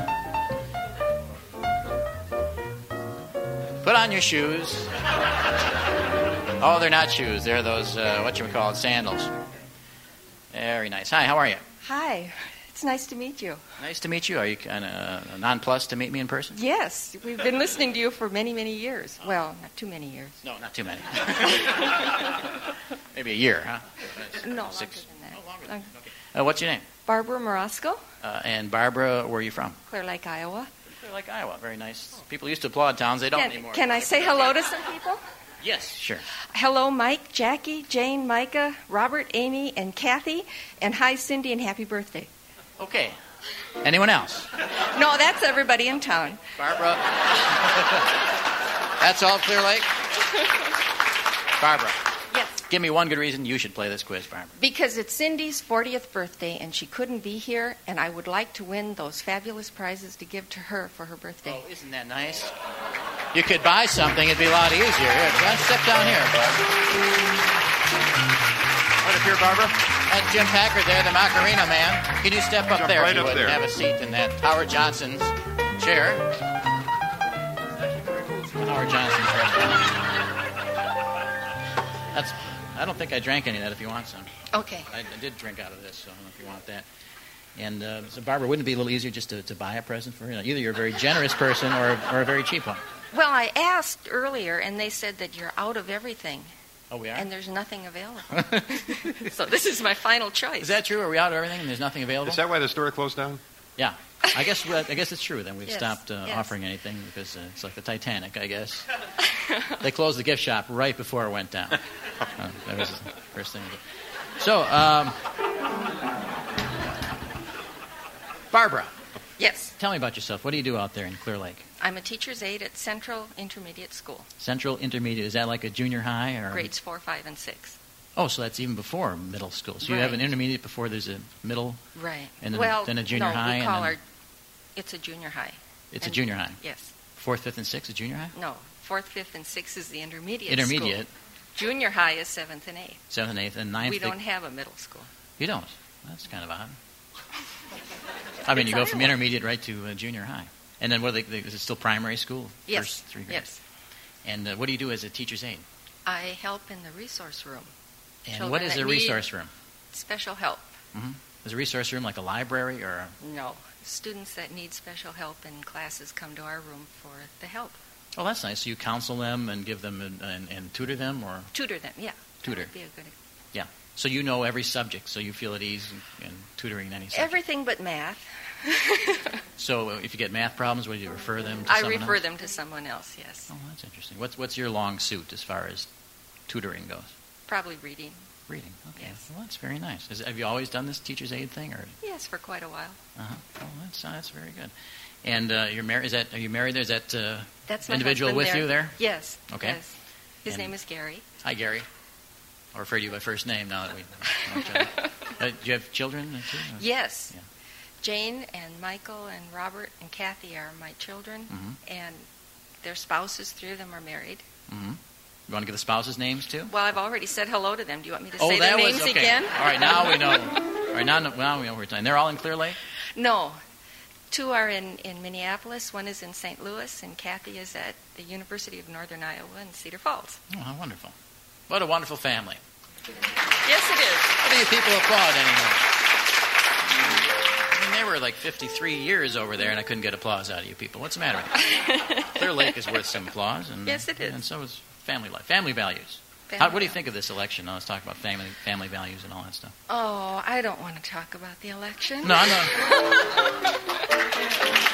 Put on your shoes. Oh, they're not shoes. They're those uh, what you call it, sandals. Very nice. Hi, how are you?
Hi, it's nice to meet you.
Nice to meet you. Are you kind of uh, nonplussed to meet me in person?
Yes, we've been listening to you for many, many years. Well, not too many years.
No, not too many. Maybe a year, huh?
No,
Six.
longer than that. Long-
Uh, what's your name?
Barbara Morosco,
Uh, and Barbara, where are you from?
Clear Lake, Iowa.
Clear Lake, Iowa. Very nice. People used to applaud towns. They don't
Can,
anymore.
can I say hello to some people?
Yes, sure.
Hello, Mike, Jackie, Jane, Micah, Robert, Amy, and Kathy. And hi, Cindy, and happy birthday.
Okay. Anyone else?
No, that's everybody in town.
Barbara. That's all Clear Lake? Barbara.
Yes.
Give me one good reason you should play this quiz, Barbara.
Because it's Cindy's 40th birthday and she couldn't be here, and I would like to win those fabulous prizes to give to her for her birthday.
Oh, isn't that nice? You could buy something, it'd be a lot easier. Here, let's step down here, Barbara. Right up here, Barbara. That's Jim Packard there, the Macarena man. Can you step up
Jump
there
right
if you
up
would
there.
have a seat in that Howard Johnson's chair? Howard Johnson's chair. That's. I don't think I drank any of that. If you want some,
Okay.
I, I did drink out of this, so I don't know if you want that. And uh, so, Barbara, wouldn't it be a little easier just to, to buy a present for her? Either you're a very generous person or, or a very cheap one.
Well, I asked earlier, and they said that you're out of everything
Oh, we are?
and there's nothing available. so this is my final choice.
Is that true? Are we out of everything and there's nothing available?
Is that why the store closed down?
Yeah. I guess we- I guess it's true. Then we've
Yes,
stopped uh,
yes.
offering anything because uh, it's like the Titanic, I guess. they closed the gift shop right before it went down. Uh, that was the first thing. they did. So, um, Barbara,
Yes,
tell me about yourself. What do you do out there in Clear Lake?
I'm a teacher's aide at Central Intermediate School,
Central Intermediate is that like a junior high or
grades 4, 5, and 6.
Oh, so that's even before middle school. So you have an
Right.
intermediate before there's a middle.
Right.
And then,
well,
then a junior
no,
high.
We call
and then
our, it's a junior high.
it's a
and-
junior high.
Yes.
Fourth, fifth, and sixth is junior high.
No, fourth, fifth, and sixth is the intermediate. school.
Intermediate,
Junior high is seventh and eighth.
seventh and eighth, and ninth.
we
they-
don't have a middle school.
You don't. That's kind of odd. I mean,
It's
you go from
Iowa.
intermediate right to uh, junior high, and then what? Are they, is it still primary school?
Yes.
First three grades.
Yes.
And uh, what do you do as a teacher's aide?
I help in the resource room.
And
Children
what is
that
a
need
resource room?
Special help.
hmm Is a resource room like a library or? A,
No. Students that need special help in classes come to our room for the help.
oh, that's nice. So you counsel them and give them and, and, and tutor them, or
Tutor them, yeah.
tutor.
That'd be a good.
Yeah. So you know every subject, so you feel at ease in, in tutoring any subject.
Everything but math.
so uh, if you get math problems, would you refer them? to
I
someone
refer
else?
them to someone else, yes.
Oh, that's interesting. What's what's your long suit as far as tutoring goes?
Probably reading.
Reading. Okay. Well, that's very nice. Is, have you always done this teacher's aid thing, or?
Yes, for quite a while.
Uh-huh. Oh, that's that's very good. And uh, you're married? Is that are you married? There is that uh,
That's my
individual
husband
with you there?
Yes.
Okay.
yes. His
And-
name is Gary.
Hi, Gary. I'll refer to you by first name now that we. Know each other. Uh, do you have children? uh, Too? or-
Yes.
Yeah.
Jane and Michael and Robert and Kathy are my children,
Mhm.
and their spouses, three of them are married.
Mm-hmm. You want to give the spouses names too?
Well, I've already said hello to them. Do you want me to
oh,
say
that
their names
was okay.
again?
All right, now we know. All right, now, now we know where we're talking. They're all in Clear Lake.
No. two are in, in Minneapolis, one is in St. Louis, and Kathy is at the University of Northern Iowa in Cedar Falls.
Oh, how wonderful. What a wonderful family.
Yes, it is.
What do you people applaud anymore? I mean, they were like 53 years over there, and I couldn't get applause out of you people. What's the matter with you? Clear Lake is worth some applause. And,
Yes, it is.
And so is family life, family values. How,
Family
what do you think of this election? Now, let's talk about family, family values and all that stuff.
Oh, I don't want to talk about the election.
No, I'm not.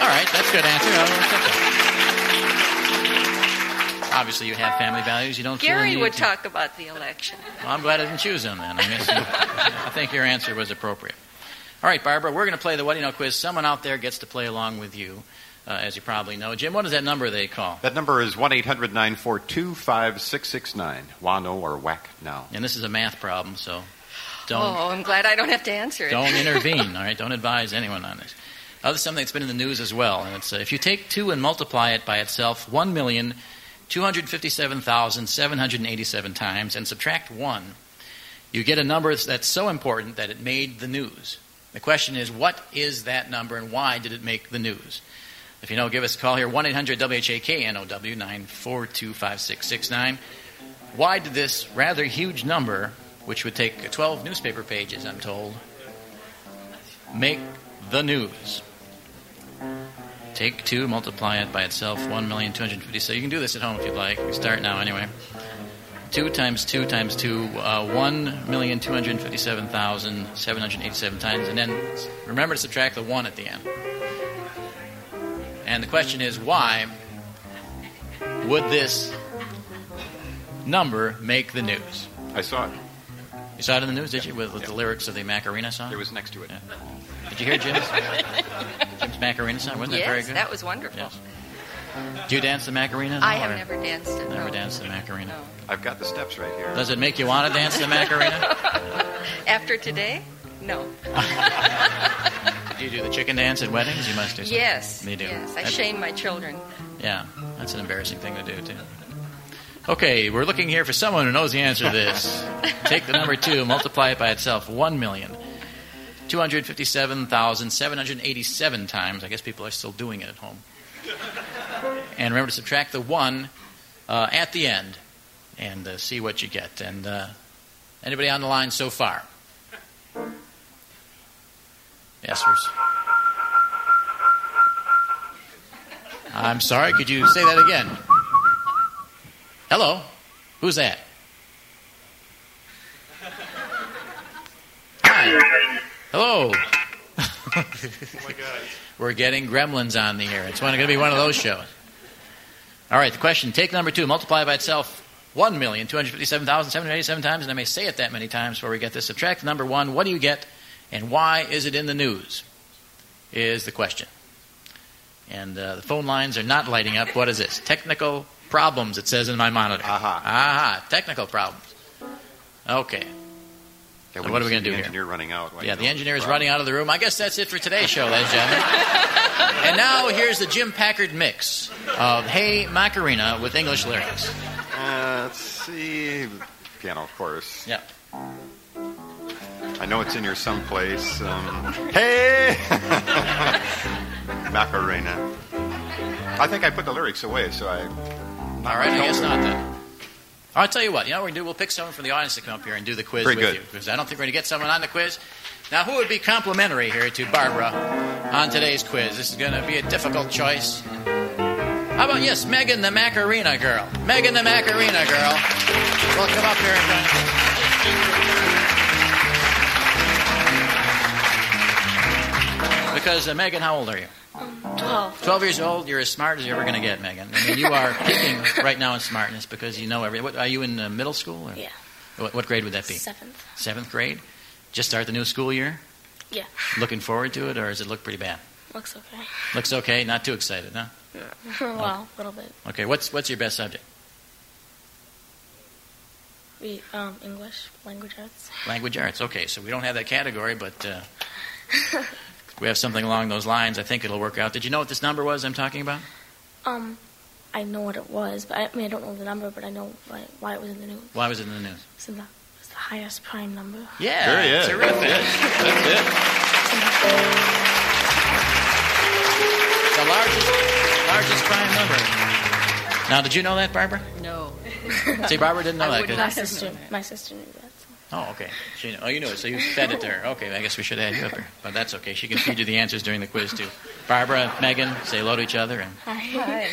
All right, that's a good answer. I don't think so. Obviously, you have family values. You don't. feel
Gary
the need
would
to-
talk about the election.
Well, I'm glad I didn't choose him then. I, guess I think your answer was appropriate. All right, Barbara, we're going to play the What Do You Know quiz. Someone out there gets to play along with you, uh, as you probably know. Jim, what is that number they call?
That number is 1 800 942 5669. Wano or whack now.
And this is a math problem, so don't
Oh, I'm glad I don't have to answer it.
Don't intervene, all right? Don't advise anyone on this. Other something that's been in the news as well, and it's uh, if you take two and multiply it by itself, one million two hundred fifty-seven thousand seven hundred eighty-seven times, and subtract one, you get a number that's so important that it made the news. The question is, what is that number, and why did it make the news? If you know, give us a call here one 800 WHAKNOW nine four two five six six nine. Why did this rather huge number, which would take 12 newspaper pages, I'm told, make the news. Take two, multiply it by itself, 1,250. So you can do this at home if you'd like. We start now anyway. Two times two times two, uh, 1,257,787 times. And then remember to subtract the one at the end. And the question is why would this number make the news?
I saw it.
You saw it in the news, did you? With, with the lyrics of the Macarena song? It was
next to it.
Did you hear Jim's, Jim's Macarena song? Wasn't
yes,
that very good?
that was wonderful.
Do you dance the Macarena?
I
though,
have
or-
never danced it.
Never
no.
danced the Macarena.
I've got the steps right here.
Does it make you want to dance the Macarena?
After today? No.
do you do the chicken dance at weddings? You must do. Something.
Yes.
They do.
Yes, I
That-
shame my children.
Yeah, that's an embarrassing thing to do too. Okay, we're looking here for someone who knows the answer to this. Take the number two, multiply it by itself, one million. 257,787 times. I guess people are still doing it at home. And remember to subtract the one uh, at the end and uh, see what you get. And uh, anybody on the line so far? Yes, there's- I'm sorry, could you say that again? Hello? Who's that? Hi. Hello. We're getting gremlins on the air. It's going to be one of those shows. All right, the question take number two, multiply by itself 1,257,787 times, and I may say it that many times before we get this. Subtract number one, what do you get, and why is it in the news? Is the question. And uh, the phone lines are not lighting up. What is this? Technical problems, it says in my monitor. Aha. Aha, technical problems. Okay. So
when
what are
you see
we going to do
the
here?
engineer running out. why
yeah,
you
the
know
engineer is
problem.
running out of the room. I guess that's it for today's show, ladies and gentlemen. and now here's the Jim Packard mix of Hey Macarena with English lyrics.
Uh, let's see. Piano, of course.
Yeah.
I know it's in here someplace. Um, hey! Macarena. I think I put the lyrics away, so I.
All right, I guess not then. I'll tell you what, you know what we're going to do? We'll pick someone from the audience to come up here and do the quiz
Very
with
good.
you. Because I don't think we're going to get someone on the quiz. Now, who would be complimentary here to Barbara on today's quiz? This is going to be a difficult choice. How about, yes, Megan the Macarena girl? Megan the Macarena girl. Well, come up here and Because, uh, Megan, how old are you?
12.
12 years old, you're as smart as you're ever going to get, Megan. I mean, you are peaking right now in smartness because you know everything. What, are you in uh, middle school? Or?
Yeah.
What, what grade would that be?
Seventh.
Seventh grade? Just start the new school year?
Yeah.
Looking forward to it, or does it look pretty bad?
Looks okay.
Looks okay, not too excited, huh? Oh.
well, a little bit.
Okay, what's, what's your best subject?
We um English language arts.
Language arts. Okay, so we don't have that category, but uh, we have something along those lines. I think it'll work out. Did you know what this number was I'm talking about?
Um, I know what it was, but I, I mean I don't know the number, but I know why, why it was in the news.
Why was it in the news?
It's, in the, it's the highest prime number.
Yeah.
Sure, yeah.
Terrific.
That's it. That's it.
Now, did you know that, Barbara?
No.
Oh. See, Barbara didn't know that, did
My
she?
sister, my sister knew that.
Oh, okay. She knew. Oh, you knew it, so you fed it to her. Okay, I guess we should add you up here. But that's okay. She can feed you the answers during the quiz, too. Barbara, Megan, say hello to each other. And
Hi.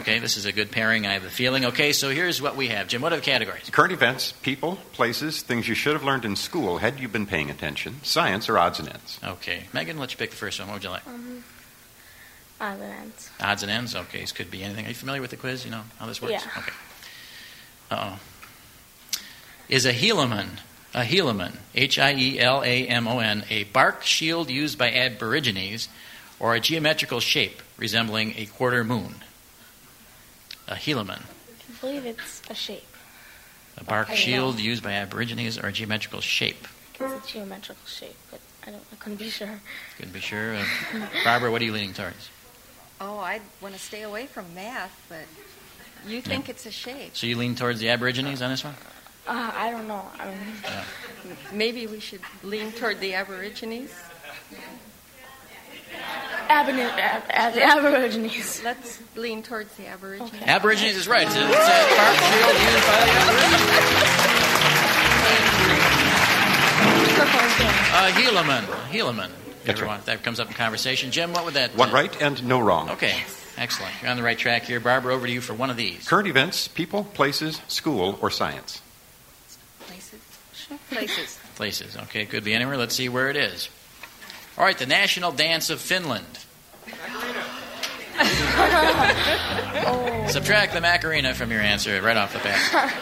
Okay, this is a good pairing. I have a feeling. Okay, so here's what we have. Jim, what are the categories?
Current events, people, places, things you should have learned in school had you been paying attention, science, or odds and ends.
Okay. Megan, let you pick the first one. What would you like?
Um, other ends.
Odds and ends? Okay, this could be anything. Are you familiar with the quiz? You know how this works?
Yeah.
Okay. Uh oh. Is a helaman, a helaman, H I E L A M O N, a bark shield used by Aborigines or a geometrical shape resembling a quarter moon? A helaman,
I believe it's a shape.
a bark
I don't
shield
know.
used by Aborigines or a geometrical shape.
It's a geometrical shape, but I don't. I couldn't be sure.
Couldn't be sure. Uh, Barbara, what are you leaning towards?
Oh, I want to stay away from math, but you think it's a shape.
So you lean towards the Aborigines on this one?
Uh, I don't know. I mean,
Yeah.
maybe we should lean toward the Aborigines.
Aboriginal. Aborigines.
Let's lean towards the Aborigines.
Aborigines is right. It's a, it's a bark shield used by the Aborigines. Uh, Helaman. Helaman. Everyone, that comes up in conversation. Jim, what would that uh,
One right and no wrong.
Okay, excellent. You're on the right track here. Barbara, over to you for one of these.
Current events, people, places, school, or science.
Places. Places.
Places. Okay, could be anywhere. Let's see where it is. All right, the national dance of Finland. Subtract the Macarena from your answer right off the bat.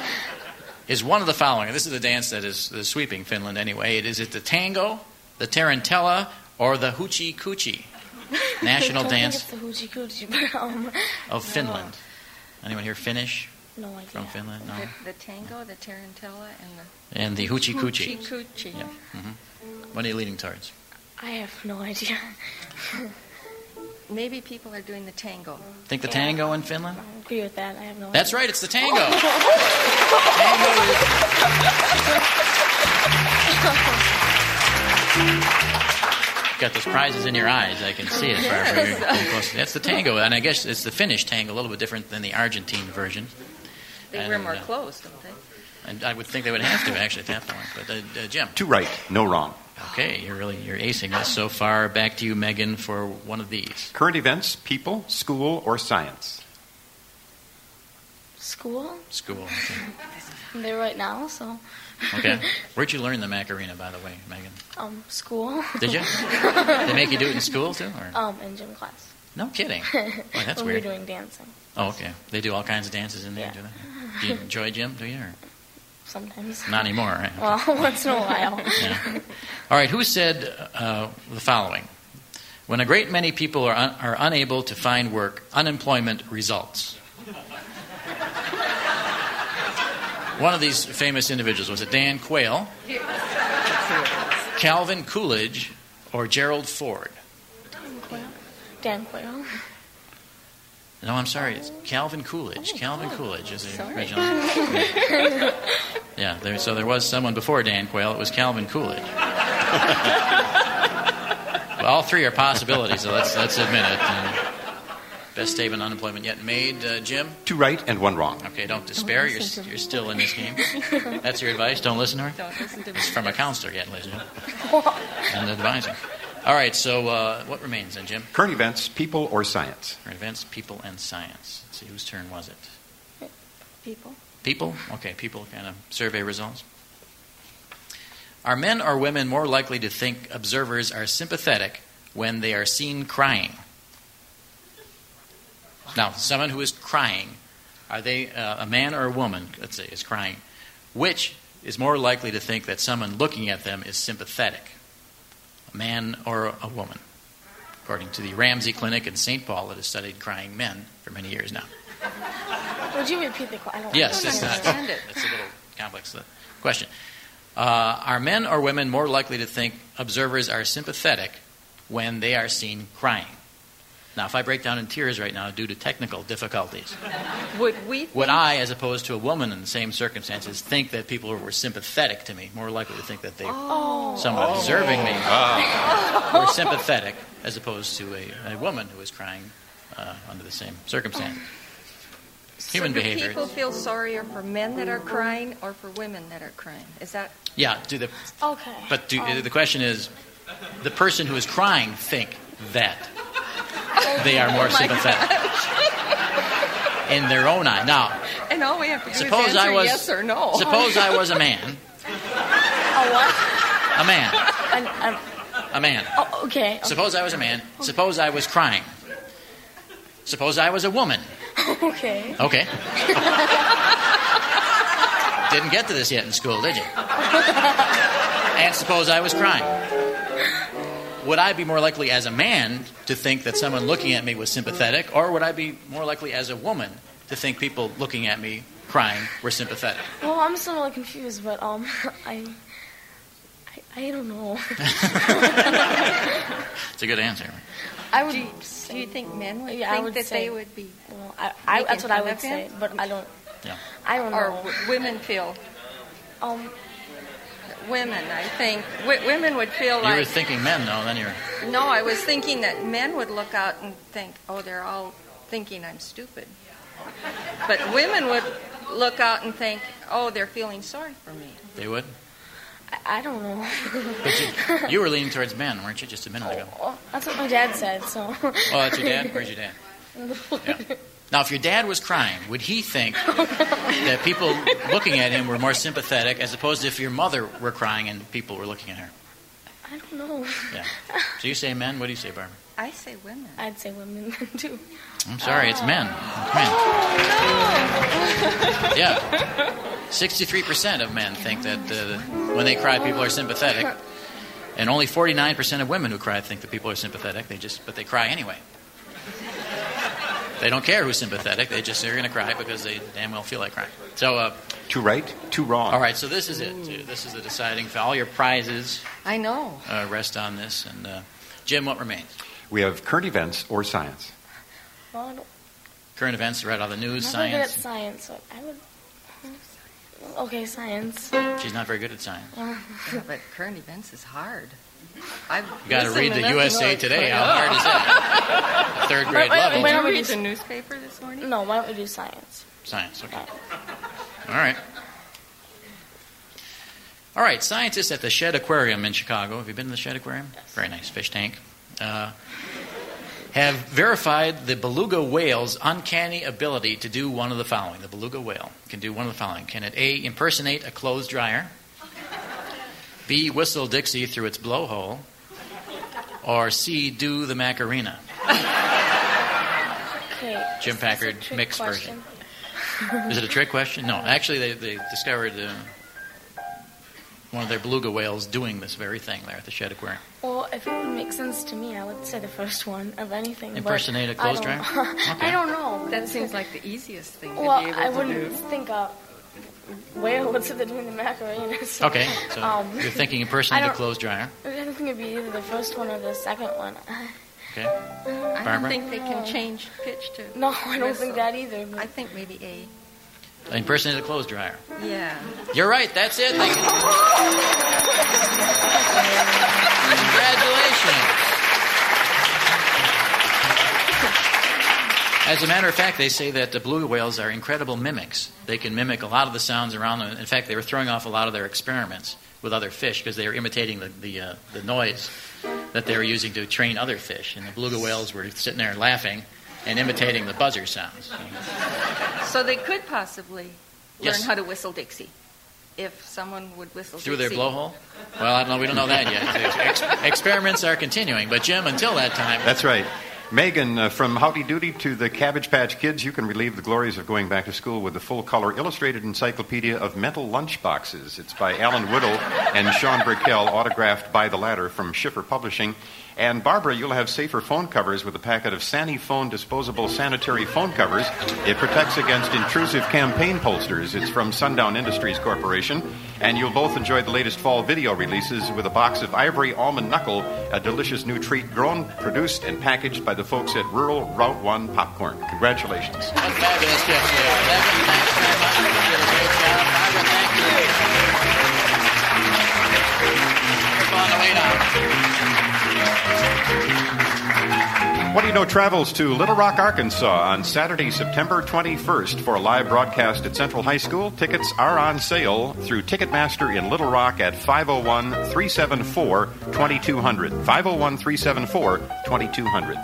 Is one of the following. This is the dance that is, is sweeping Finland anyway. It is it the tango, the tarantella, or the hoochie coochie National
I don't
dance.
Think it's the hoochie coochie, but um,
of Oh, Finland? Anyone here Finnish
no idea.
from Finland? No.
The, the tango, the tarantella, and
And the hoochie
the
coochie.
Hoochie coochie.
Yeah. hmm What are you leaning towards?
I have no idea.
Maybe people are doing the tango.
Think the tango in Finland?
I agree with that. I have no
That's right. It's the tango. Got those prizes in your eyes. I can see it. Barbara. You're getting close. That's the tango, and I guess it's the Finnish tango, a little bit different than the Argentine version.
They
And,
wear more
uh,
clothes, don't they?
And I would think they would have to actually at that point. But uh, uh, Jim,
Two right, no wrong.
okay, you're really you're acing this so far. Back to you, Megan, for one of these.
Current events, people, school, or science.
School.
School. Okay.
I'm there right now, so
Okay. Where'd you learn the Macarena, by the way, Megan?
um, school.
Did you? They make you do it in school too? Or?
Um, in gym class.
No kidding. Boy, that's
when we
weird.
were doing dancing
Oh, okay. They do all kinds of dances in there, do they? Do you enjoy gym? Do you? Or
sometimes.
not anymore, right?
Well, once in a while.
Yeah. All right. Who said uh, the following? When a great many people are, un- are unable to find work, unemployment results. One of these famous individuals was it Dan Quayle, Calvin Coolidge, or Gerald Ford?
Dan Quayle. Dan Quayle.
No, I'm sorry. It's Calvin Coolidge. Calvin Coolidge is the original. Yeah, there, so there was someone before Dan Quayle. It was Calvin Coolidge. well, all three are possibilities, so let's, let's admit it. Uh, best statement on unemployment yet made, uh, Jim.
Two right and one wrong.
Okay, don't despair. You're, s- you're still in this game. That's your advice. Don't listen to her.
Don't listen to me.
It's from a counselor yet, ladies and gentlemen. And advisor. All right, so uh, what remains then, Jim?
Current events, people, or science.
For events, people, and science. Let's see, whose turn was it?
People.
People? Okay, people kind of survey results. Are men or women more likely to think observers are sympathetic when they are seen crying? Now, someone who is crying, are they uh, a man or a woman, let's say, is crying, which is more likely to think that someone looking at them is sympathetic? A man or a woman? According to the Ramsey Clinic in St. Paul that has studied crying men for many years now.
Would you repeat the question?
Yes,
Oh, don't
it's not.
understand it.
It's a little complex. The question: uh, Are men or women more likely to think observers are sympathetic when they are seen crying? Now, if I break down in tears right now due to technical difficulties,
Would we?
would I, as opposed to a woman in the same circumstances, think that people were sympathetic to me, more likely to think that they,
Oh.
someone observing me, were sympathetic, as opposed to a, a woman who is crying uh, under the same circumstance? Human
so do
behavior.
Oh. people feel sorrier for men that are crying or for women that are crying? Is that
Yeah, do the
okay?
but do, the question is, the person who is crying think that they are more
Oh my
sympathetic in their own eye. Now,
gosh. And all we have to do
suppose
is
I
answer
was
yes or no.
suppose I was a man,
A what?
a man,
An, an,
a man.
oh, okay.
Suppose I was a man. Suppose I was crying. Suppose I was a woman.
Okay.
Okay. Didn't get to this yet in school, did you? And suppose I was crying. Would I be more likely as a man to think that someone looking at me was sympathetic, or would I be more likely as a woman to think people looking at me crying were sympathetic?
Well, I'm still a little confused, but um, I, I, I don't know.
It's a good answer.
I would.
do you think men would
yeah, I
think
would
that
say,
they would be?
Well, I, I,
making
that's what I
fun
would
of him?
say, but I don't.
Yeah.
I don't
or
know.
w- women feel
Um,
women. I think w- women would feel
You were
like
thinking men, though, then you're.
no. I was thinking that men would look out and think, oh, they're all thinking I'm stupid. But women would look out and think, oh, they're feeling sorry for me.
They would?
I, I don't know.
You were leaning towards men, weren't you, just a minute ago?
Well, that's what my dad said. So. Oh,
Oh, that's your dad? Where's your dad? Now, if your dad was crying, would he think
Oh,
that people looking at him were more sympathetic as opposed to if your mother were crying and people were looking at her?
I don't know.
Yeah. So you say men? What do you say, Barbara?
I say women.
I'd say women too.
I'm sorry, it's men. Men.
Oh,
Yeah. 63% of men think that uh, when they cry, people are sympathetic. And only 49% of women who cry think that people are sympathetic. They just, but they cry anyway. They don't care who's sympathetic. They just, they're going to cry because they damn well feel like crying. So, uh,
Too right, too wrong.
All right, so this is it. too. This is the deciding foul. Your prizes
I know.
uh, rest on this. And uh, Jim, what remains?
We have current events or science.
Well, I don't,
Current events, read all the news,
I'm not very good at
science.
science, so I would. Okay, science.
She's not very good at science.
Yeah, but current events is hard. I've
You got to
listened
read the
nothing
USA
else.
Today. How hard is that? At Third grade
Wait, wait,
level.
wait, wait.
Did you read the newspaper this morning?
No, why don't we do science?
Science. Okay. All right. All right. Scientists at the Shed Aquarium in Chicago. Have you been to the Shed Aquarium? Very nice fish tank. Uh, have verified the beluga whale's uncanny ability to do one of the following. The beluga whale can do one of the following. Can it A, impersonate a clothes dryer? B, whistle Dixie through its blowhole? Or C, do the Macarena?
Okay.
Jim
is this a
Packard
trick
mixed
question?
Is it a trick question? No, actually, they, they discovered uh, one of their beluga whales doing this very thing there at the Shed Aquarium.
Well, if it would make sense to me, I would say the first one of anything. but
Impersonate a
I
clothes
don't-
dryer? Okay.
I don't know.
That seems like the easiest thing to
Well,
be able
I
to
wouldn't
do.
think of where what's it doing the Macarena. So,
Okay, so
um,
you're thinking
I
impersonate a
don't-
clothes dryer.
I don't think it'd be either the first one or the second one.
Okay.
Mm, I
Barbara?
don't think they can change pitch to.
No, I don't think that either.
I think maybe A.
Impersonate a clothes dryer.
Yeah.
You're right, that's it. Thank you. Congratulations. As a matter of fact, they say that the beluga whales are incredible mimics. They can mimic a lot of the sounds around them. In fact, they were throwing off a lot of their experiments with other fish because they were imitating the, the, uh, the noise that they were using to train other fish. And the beluga whales were sitting there laughing and imitating the buzzer sounds.
So they could possibly
Yes.
learn how to whistle Dixie if someone would whistle
Through their
Dixie.
blowhole? Well, I don't know. We don't know that yet. Ex- experiments are continuing, but Jim, until that time,
That's right. Megan, uh, from Howdy Doody to the Cabbage Patch Kids, you can relieve the glories of going back to school with the full color illustrated encyclopedia of mental lunchboxes. It's by Alan Whittle and Sean Brickell, autographed by the latter from Schiffer Publishing. And Barbara, you'll have safer phone covers with a packet of Sani Phone disposable sanitary phone covers. It protects against intrusive campaign posters. It's from Sundown Industries Corporation. And you'll both enjoy the latest fall video releases with a box of ivory almond knuckle, a delicious new treat grown, produced, and packaged by the folks at Rural Route 1 Popcorn. Congratulations.
what fabulous gifts they are. Megan, thanks very much. You did a great job. Barbara, thank you. Keep on the way down.
What Do You Know travels to Little Rock, Arkansas on Saturday, September 21st for a live broadcast at Central High School. Tickets are on sale through Ticketmaster in Little Rock at 501 374 2200. 501 374 2200.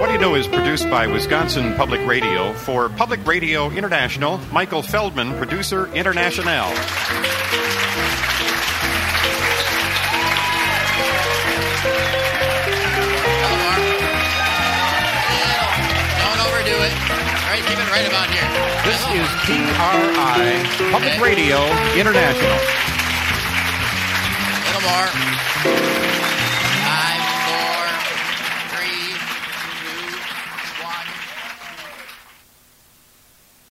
What Do You Know is produced by Wisconsin Public Radio. For Public Radio International, Michael Feldman, producer international.
Don't overdo it. All right, keep it right about here.
This is PRI, Public Radio International.
A little more.